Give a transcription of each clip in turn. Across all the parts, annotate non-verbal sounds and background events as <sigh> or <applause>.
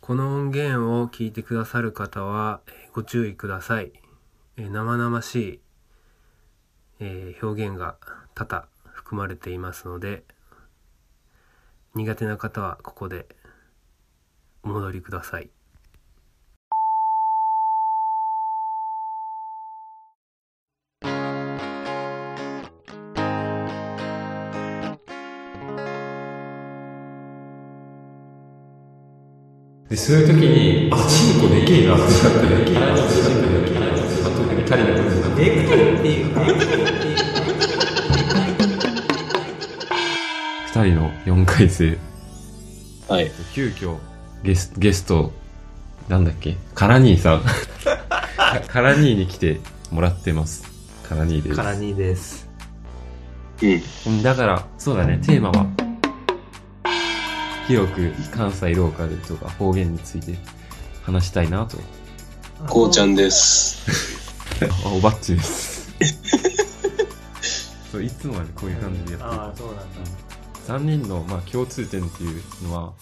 この音源を聞いてくださる方はえーご注意ください。えー生々しい、えー表現が多々含まれていますので、苦手な方はここでお戻りください。で、そういう時に、あ、チンコでけえな、でかくでけえな、でかくでけえな、あとでかいな、でかいっていう。二人の4回生、はい。急遽、ゲスゲスト、なんだっけ、カラニーさん。カラニーに来てもらってます。カラニーです。からにです。うん。うんだから、そうだね、テーマは、広く関西ローカルとか方言について話したいなと。こうちゃんです。あ、おばっち <laughs> です。そういつもはね、こういう感じでやあっあ、てる。そうなんだ。 3人の、まあ、共通点っていうのは、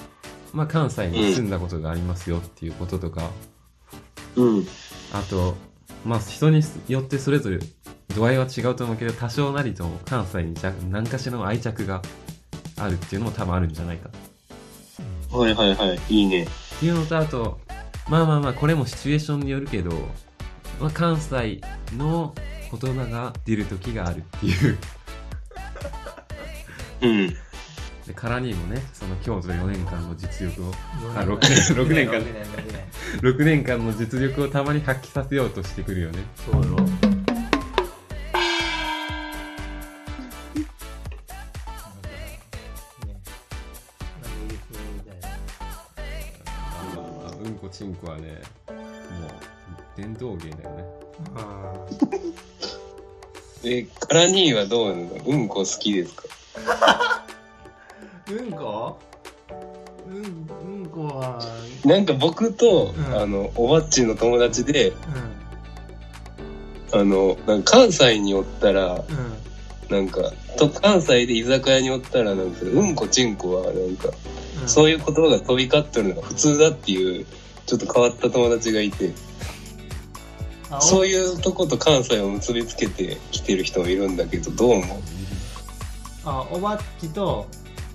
まあ、関西に住んだことがありますよっていうこととか、うん。あと、まあ、人によってそれぞれ度合いは違うと思うけど、多少なりとも関西に若何かしらの愛着があるっていうのも多分あるんじゃないかはいはいはい。いいね。っていうのとあとまあまあまあこれもシチュエーションによるけど、まあ、関西の言葉が出る時があるっていう <laughs> うん。でからにもねその京都4年間の実力をあ六6年六年間六年六年 <laughs> 6年間の実力をたまに発揮させようとしてくるよねそうよ。あうんこちんこはねもう伝統芸だよねあえ、カラニーはどうなのうんこ好きですかーうんこうん、うんこは、なんか僕と、うんあの、おばっちの友達で、うあの、なんか関西におったら、ん、うん。なんか、と関西で居酒屋におったら、なんか、うんこちんこは、なんか、そういいう言葉が飛び交ってるのが普通だっていう、ちょっと変わった友達がいて、うん、そうういうとこと関西を結びつけてきてる人もいるんだけど、どう思うあおばっちと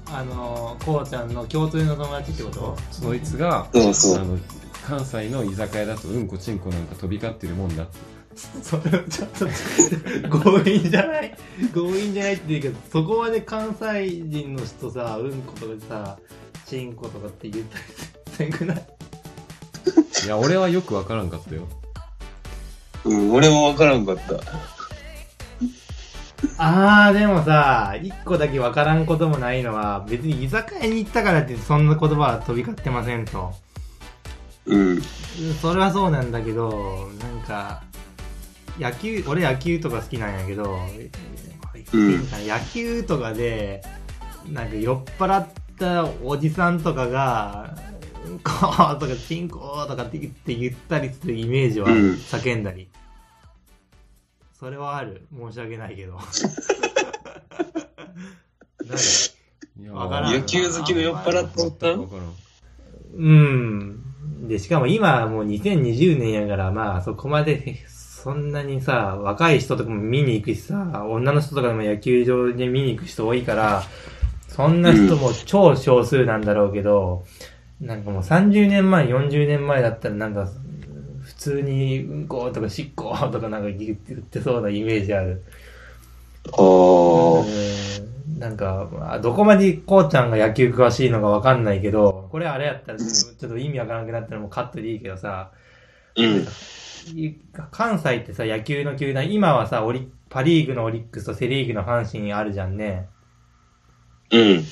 あのーこうちゃんの共通の友達ってことそいつがそうそうあの関西の居酒屋だとうんこちんこなんか飛び交ってるもんだってそれはちょっと強引じゃない強引じゃないっていうけどそこまで関西人の人さうんことかさチンコとかって言ったりせんくないいや俺はよくわからんかったようん、俺もわからんかった。あーでもさ一個だけ分からんこともないのは別に居酒屋に行ったからってそんな言葉は飛び交ってませんとうん。うんそれはそうなんだけどなんか野球俺野球とか好きなんやけど、うん野球とかでなんか酔っ払ったおじさんとかが「うんこ」とか「チンコ」とかって言って言ったりするイメージはうん叫んだり、それはある申し訳ない <laughs> けどいやわからん野球好きの酔っ払っておったわんからんうんでしかも今はもう2020年やからまあそこまでそんなにさ若い人とかも見に行くしさ女の人とかでも野球場で見に行く人多いからそんな人も超少数なんだろうけど、なんかもう30年前40年前だったらなんか普通にうんことかしっことかなんか言って言ってそうなイメージある。あうんなんか、まあどこまでこうちゃんが野球詳しいのかわかんないけど、これあれやったらちょっと意味わからなくなったらもうカットでいいけどさ、あ。うん。い関西ってさ、野球の球団、今はさ、オリパリーグのオリックスとセリーグの阪神あるじゃんね。うん。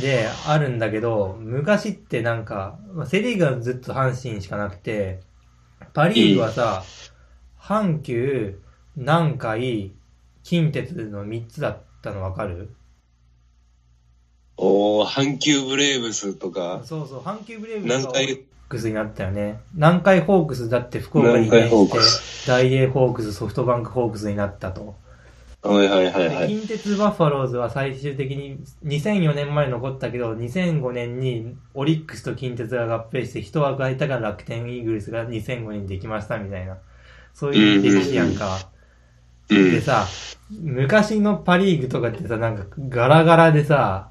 で、あるんだけど、昔ってなんか、まあセリーグはずっと阪神しかなくて、パリーグはさ、阪急、南海、近鉄の3つだったのわかるおー、阪急ブレーブスとか、そうそう、阪急ブレイブズ南がオリッ海、クスになったよね。南海ホークスだって福岡に移南海転ホーしクて、ダイエーホークス、ソフトバンクホークスになったと。はいはいはいはでい。近鉄バファローズは最終的に2004年前残ったけど2005年にオリックスと近鉄が合併して一枠空いたから楽天イーグルスが2005年にできましたみたいなそういう歴史やんか、うでん。さ昔のパ・リーグとかってさなんかガラガラでさ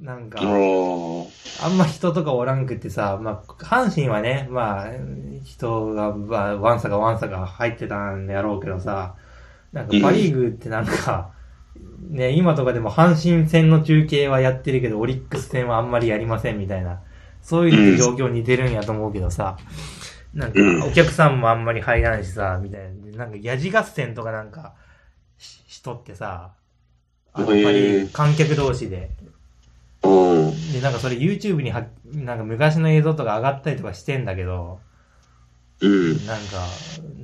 なんか、おーあんま人とかおらんくってさ、まあ、阪神はね、まあ、人が、まあ、ワンサがワンサが入ってたんやろうけどさ、なんかパリーグってなんか、ね、今とかでも阪神戦の中継はやってるけど、オリックス戦はあんまりやりませんみたいな、そういう状況似てるんやと思うけどさ、なんかうんお客さんもあんまり入らんしさ、みたいな。でなんかヤジ合戦とかなんか、し人ってさ、あのパリーグ観客同士で、うん。で、なんかそれ YouTube には、なんか昔の映像とか上がったりとかしてんだけど、うん。なんか、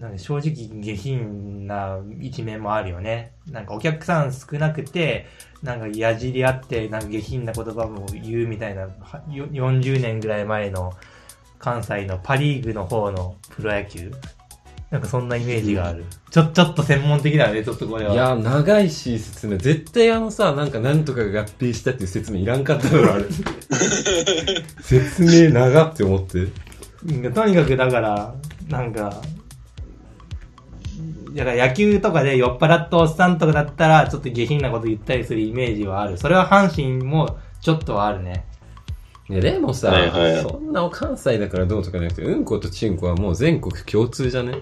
なんか正直下品な一面もあるよね。なんかお客さん少なくて、なんかやじり合って、なんか下品な言葉も言うみたいな、はよ40年ぐらい前の関西のパリーグの方のプロ野球なんかそんなイメージがある。ちょ、ちょっと専門的だよね、ちょっとこれは。いや、長いし、説明。絶対あのさ、なんかなんとかが合併したっていう説明いらんかったのよ、あ <laughs> れ。説明長って思って。うんとにかくだから、なんか、だから野球とかで酔っ払ったおっさんとかだったら、ちょっと下品なこと言ったりするイメージはある。それは阪神もちょっとはあるね。ね、でもさ、はいはいそんなお関西だからどうとかじゃなくて、うんことちんこはもう全国共通じゃね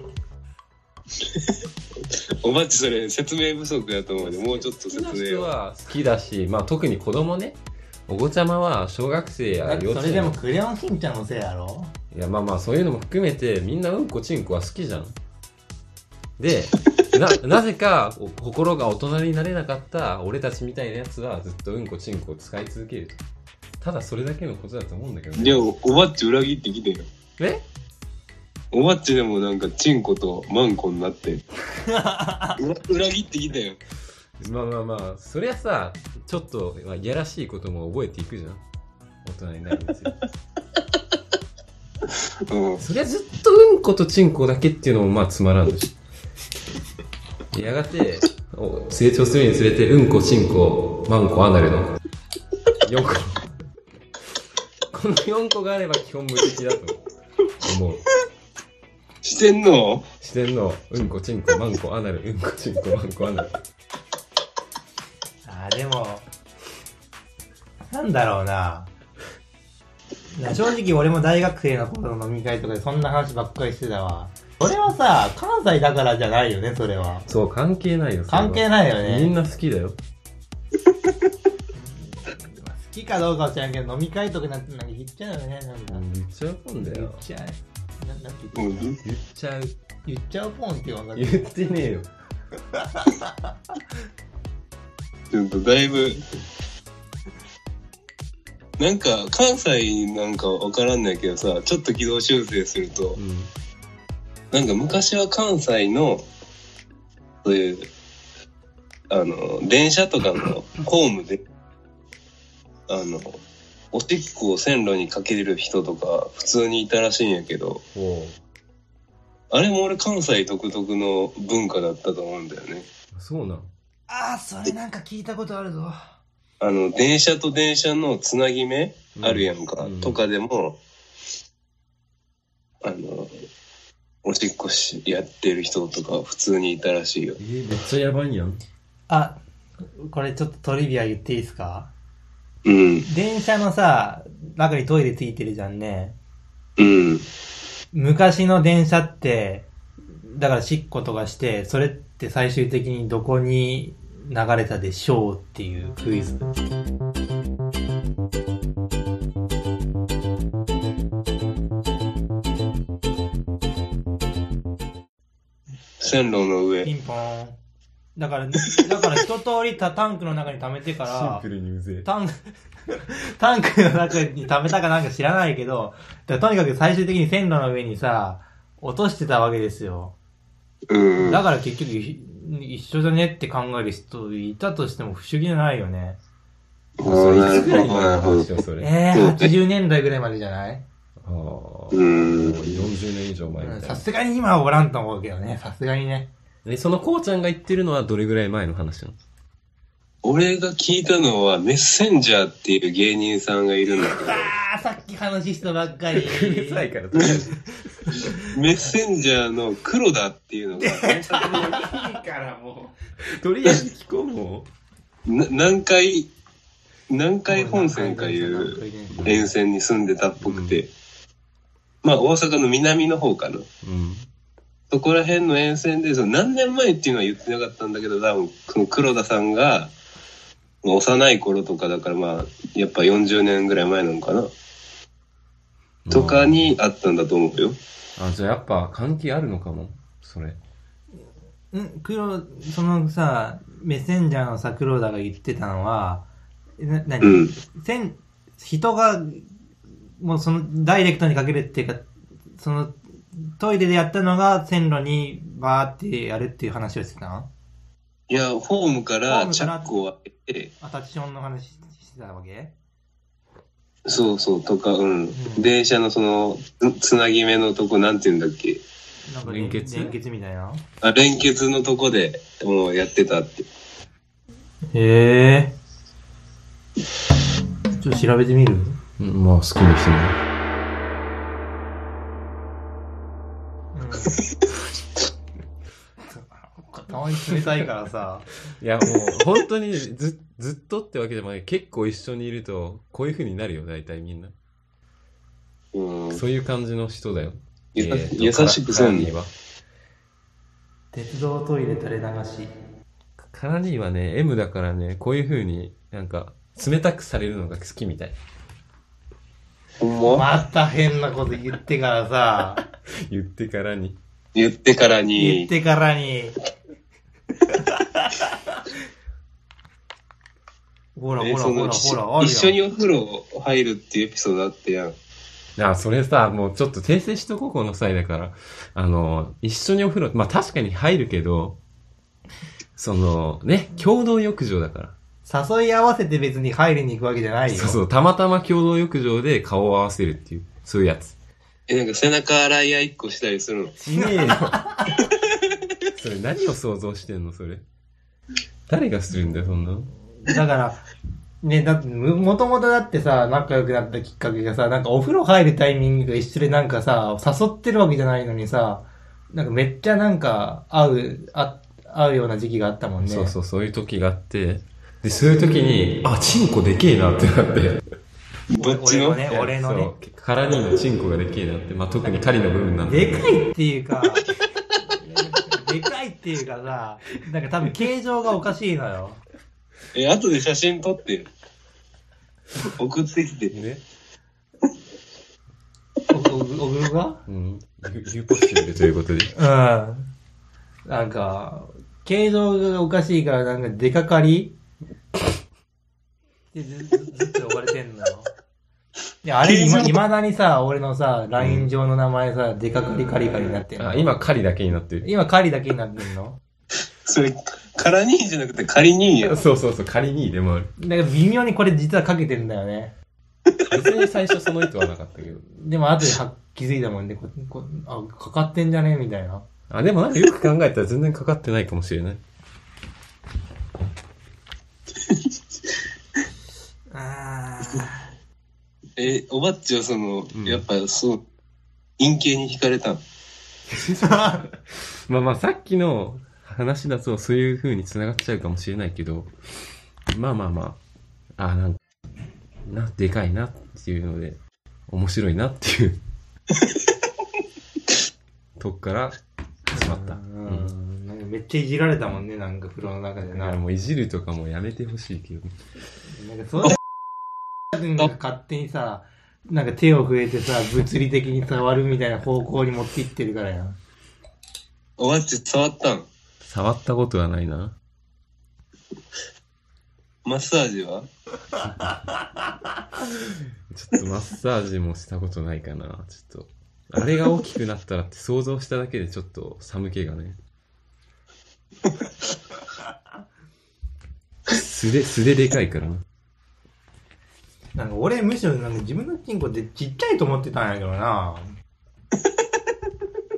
おばっちそれ説明不足やと思うんで、もうちょっと説好きな明人を。は好きだし、まあ特に子供ね、お子ちゃまは小学生や幼そ稚れで園も、クレヨンしんちゃんのせいやろいやまあまあそういうのも含めて、みんなうんこちんこは好きじゃん。で、 <laughs> な、なぜかお心が大人になれなかった俺たちみたいなやつはずっとうんこちんこを使い続けると。ただそれだけのことだと思うんだけどでね。も、おばっち裏切ってきてよ。えおばっちでもなんか、チンコとマンコにな <laughs> って。裏裏切ってきたよ。まあまあまあ、そりゃさ、ちょっと、まあ、いやらしいことも覚えていくじゃん。大人になるんですよ。うん。そりゃずっとうんことちんこだけっていうのもまあつまらんでしょ。やがて、お成長するにつれて、うんこ、ちんこ、まんこ、アナルの。4個。この4個があれば基本無敵だと思う。してんの自然のうんこ、ちんこ、まんこ、アナル、うんこ、ちんこ、まんこ、アナル。あーでも、なんだろうな。な正直俺も大学生の頃の飲み会とかでそんな話ばっかりしてたわ。それはさ、関西だからじゃないよね、それは。そう、関係ないよ。それは関係ないよね。みんな好きだよ。好きかどうかは知らんけど飲み会とかなんてなんか言っちゃうよねなんか、言っちゃうもんだ言っよ。ちゃうななんてう言ってん。た言っちゃう。言っちゃうポンって呼んだ言ってねえよ。ちょっとだいぶ。なんか、関西なんかわからんないけどさ、ちょっと軌道修正するとう、ん。なんか昔は関西の、そういう、あの、電車と <laughs> かのホームで、あの、おしっこを線路にかける人とか普通にいたらしいんやけど、ほあれも俺関西独特の文化だったと思うんだよね。う。そうなん。ああそれなんか聞いたことあるぞあの、電車と電車のつなぎ目うんあるやんか、うんとかでも、あの、おしっこしやってる人とか普通にいたらしいよ。えーめっちゃやばいやん。あこれちょっとトリビア言っていいですかうん、電車のさ中にトイレついてるじゃんねうん。昔の電車ってだからしっことかしてそれって最終的にどこに流れたでしょうっていうクイズ線路の上ピ。ンポーンだからだから一通りたタンクの中に溜めてかシンらプルにう <laughs> ぜえ。タン、タンクの中に溜めたかなんか知らないけど、だからとにかく最終的に線路の上にさ、落としてたわけですよ。うん。だから結局い一緒じゃねって考える人いたとしても不思議じゃないよね。それいなつるぐらいほど、前なのるほ話ど。よ、それ。あえそうー、ね80年代ぐらいまでじゃないあ。もううん。 40年以上前みたいさな。すがに今はおらんと思うけどね、さすがにね。えそのこうちゃんが言ってるのはどれぐらい前の話なの俺が聞いたのは、メッセンジャーっていう芸人さんがいるんだけあー、さっき話したばっか <laughs> り。うるさいから。ど、メッセンジャーの黒田っていうのが、いいからも <laughs> とりあえず聞こうもな何回、何う。回本線かいう沿線に住んでたっぽくて、まあ大阪の南の方かな。う。うん。そこら辺の沿線で、その何年前っていうのは言ってなかったんだけど、多分、その黒田さんが、まあ幼い頃とかだから、まあ、やっぱ40年ぐらい前なのかな、とかにあったんだと思うよ。あ、じゃあやっぱ関係あるのかも。それ。ん黒、そのさ、メッセンジャーのさ、黒田が言ってたのは、えな、なうに、ん。せん、人が、もうその、ダイレクトにかけるっていうか、その、トイレでやったのが線路にバーってやるっていう話をしてたのいや、ホームかホーらムチかャらックを開けて、アタッチションの話してたわけそうそう、とか、うん。ん電車のその、つつなぎ目のとこ、なんて言うんだっけ。なんか連結連結みたいな。あ、連結のとこでもうやってたって。へえ。ちょっと調べてみるうん、まあ好きですね。たまに冷たいからさ。いやもう本当にずずっとってわけでもない結構一緒にいるとこういう風になるよ大体みんなうん。そういう感じの人だよ、ゆさえーと優しくカそラうニにー。は <laughs> 鉄道トイレ垂れ流し。カラニーはね M だからねこういう風になんか冷たくされるのが好きみたい <laughs> ほんままた変なこと言ってからさ。言ってからに言ってから言っに、てか <laughs> らに。ほらほえらそほのらほら、あ一る緒にやおん。風呂入るっていうエピソードあってやん。あそれさもうちょっと訂正しとこうこの際だからあの一緒にお風呂まあ確かに入るけどそのね共同浴場だから誘い合わせて別に入りに行くわけじゃないよ。そうそうたまたま共同浴場で顔を合わせるっていうそういうやつえ、なんか背中洗い合いっこしたりするの。しねえよ。 <laughs> それ何を想像してんのそれ。誰がするんだよ、そんなの。だから、ね、だって、むもともとだってさ、仲良くなったきっかけがさ、なんかお風呂入るタイミングが一緒でなんかさ、誘ってるわけじゃないのにさ、なんかめっちゃなんか、会う、あ会うような時期があったもんね。そうそう、そういう時があって、で、そういう時に、あ、チンコでけえなってなって。どっちの俺俺のね、そう。空にのチンコがでけえなって、まあ、特に狩りの部分なんだけでどかいっていうか、でかいっていうかさ、なんか多分形状がおかしいのよ。え、後で写真撮ってよ。送ってきて。ね。お、お、お風呂がうん。ゆゆうこしでということで。うん。なんか、形状がおかしいから、なんか、出かかりってずずずっと呼ばれてんのよ。いや、あれ、いま未だにさ、俺のさ、LINE 上の名前さ、出かかりカリカリになってんの。あ、今、狩りだけになってる。今、カリだけになってんのそれ、空にじゃなくて仮にや。そうそうそう、狩りにでもある。だから微妙にこれ実はかけてるんだよね。別に最初その意図はなかったけど。でも、後では気づいたもんね、ここあ、かかってんじゃねみたいな。あ、でもなんかよく考えたら全然かかってないかもしれない。あえ、おばっちはその、うんやっぱそう、陰茎に惹かれたの。まあまあさっきの話だとそういう風に繋がっちゃうかもしれないけど、まあまあまあ、あなんか、な、でかいなっていうので、面白いなっていう、とこから始まった。ううん。ん。なんかめっちゃいじられたもんね、なんか風呂の中でだかなら。もういじるとかもやめてほしいけど、なんかそういうなんか <laughs> 勝手にさ、なんか手を触れてさ、物理的に触るみたいな方向に持っていってるからやん。おばっち触ったの。触ったことはないな。マッサージはちょっとマッサージもしたことないかな、ちょっと。あれが大きくなったらって想像しただけでちょっと寒気がね。素で、素ででかいからな。なんか俺 <laughs> むしろなんか自分のチンコってちっちゃいと思ってたんやけどな。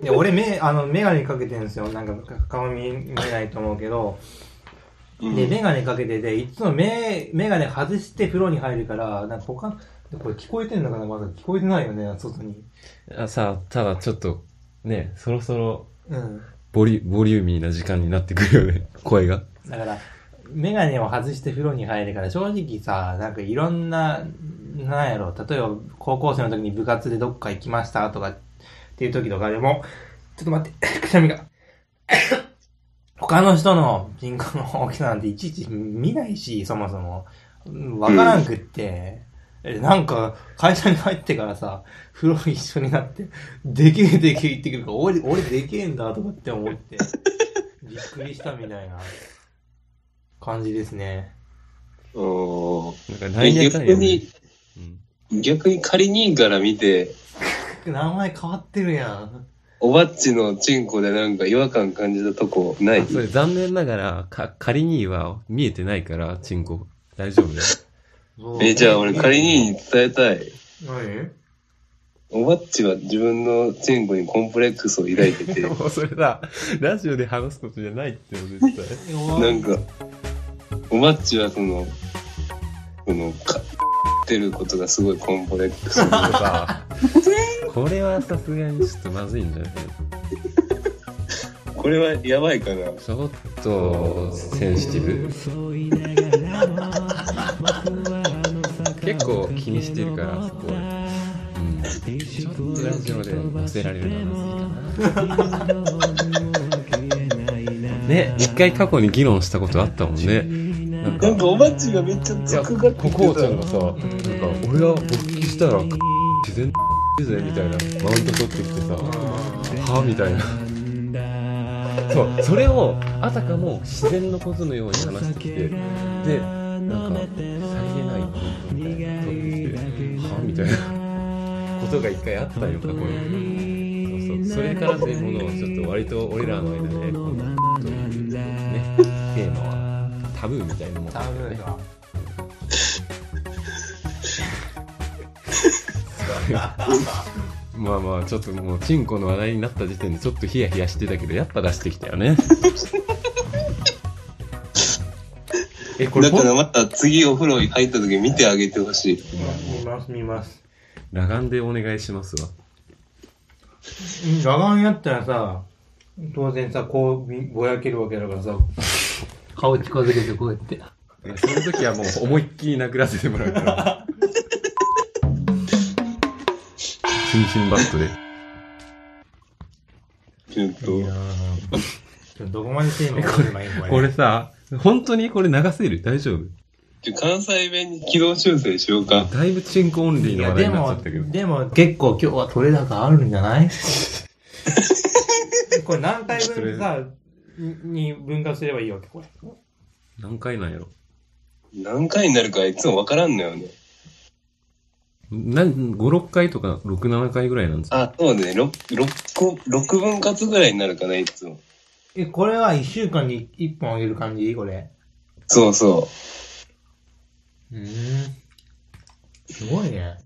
で俺目、あの、メガネかけてるんですよ。なんか、か顔見見えないと思うけど。うんで、メガネかけてて、いつもメメガネ外して風呂に入るから、なんか他、これ聞こえてんのかなまだ聞こえてないよね、外に。あさあ、ただちょっと、ね、そろそろうん。ボリュ、ボリューミーな時間になってくるよね、声が。だから、メガネを外して風呂に入るから、正直さ、なんかいろんな、なんやろ、例えば高校生の時に部活でどっか行きましたとかっていう時とかでも、ちょっと待って、 <coughs> くしゃみが。他の人の人口の大きさなんていちいち見ないし、そもそも。うんわからんくって。えなんか、会社に入ってからさ、風呂一緒になって、でけえでけえ言ってくるから、俺、俺でけえんだとかって思って、びっくりしたみたいな。感じですね。おなんか、ー何やかん逆や、ねに、、うん逆に仮にから見て、名前変わってるやん。おばっちのチンコでなんか違和感感じたとこないあそれ残念ながら、か、仮には見えてないから、チンコ。大丈 <laughs> 夫だよ。え、じゃあ俺仮にに伝えたい。何おばっちは自分のチンコにコンプレックスを抱いて <laughs> て、なもうそれさ、ラジオで話すことじゃないってよ、絶対。んか、おばっちはその、その、か、ってることがすごいコンプレックス。これはさすがにちょっとまずいんじゃないこれはやばいかな。ちょっと、センシティブ結構気にしてるから、そこ俺うん。ちょっとラジオで載せられるのはまずいかな。ね、一回過去に議論したことあったもんね。なんなかん、かおばっちがめっちゃいや、つコくがってきコてウちゃんたが。さ、なんか、俺が勃起したら、自然だぜみたいな、マウント取ってきてさ、はみたいな。そう、それを、あたかも自然のことのように話してきて、で、なんか、さりげないポイントみたいなの取ってきて、はみたいなことが一回あったよ、過去に。そうそう、それからね、もの、ちょっと割と俺らの間で、この、というね、テーマは、タブーみたいなもんだタよブねー。が。まあまあ、ちょっともう、チンコの話題になった時点で、ちょっとヒヤヒヤしてたけど、やっぱ出してきたよ <laughs> ね。え、これだほかん、らまた次お風呂入った時見てあげてほしい。見ます、見ます。裸眼でお願いしますわ。裸眼やったらさ、当然さ、こうみぼやけるわけだからさ、顔近づけてこうやって。いやその時はもう、思いっきり殴らせてもらうから。チンチンバットで。ちょっといや、ーどこまでテーマこれれ、これさ、本当にこれ流せる大丈夫ちょ関西弁に軌道修正しようか。だいぶチンコオンリーいのや、話題でになっちゃもったけど、。でも結構今日は取れ高あるんじゃない <laughs> これ何回 <laughs> 分さ、にに分割すればいいわけ、これ。何回なんやろ何回になるかいつもわからんのよね。なん5、6回とか6、7回ぐらいなんですかあ、そうね。6、6個、6分割ぐらいになるかな、いつも。え、これは一週間に一本あげる感じこれ。そうそう。うーん。すごいね。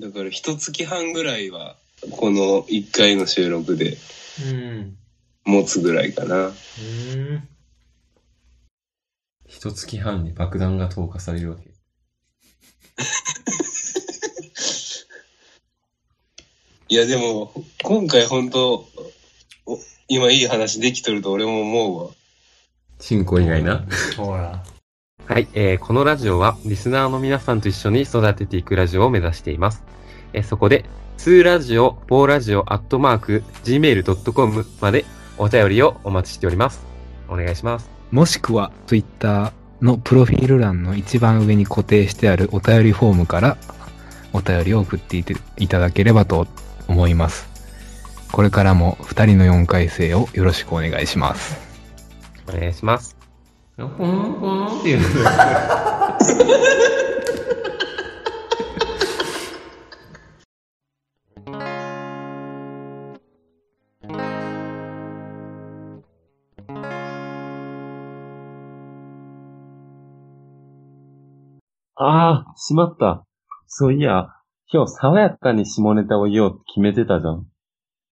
だから一月半ぐらいは、この一回の収録でうん。持つぐらいかな。うーん。一月半に爆弾が投下されるわけ。いやでも、今回本当お今いい話できとると俺も思うわ。チンコ以外な。ほら。はい、えーこのラジオはリスナーの皆さんと一緒に育てていくラジオを目指しています。えーそこで、2ラジオ、4ラジオ、アットマーク、gmail.com までお便りをお待ちしております。お願いします。もしくは Twitter のプロフィール欄の一番上に固定してあるお便りフォームからお便りを送っていていただければと思います。これからも2人の4回生をよろしくお願いします。お願いします。ポンポンっていうのがああ、しまった。そういや、今日爽やかに下ネタを言おうって決めてたじゃん。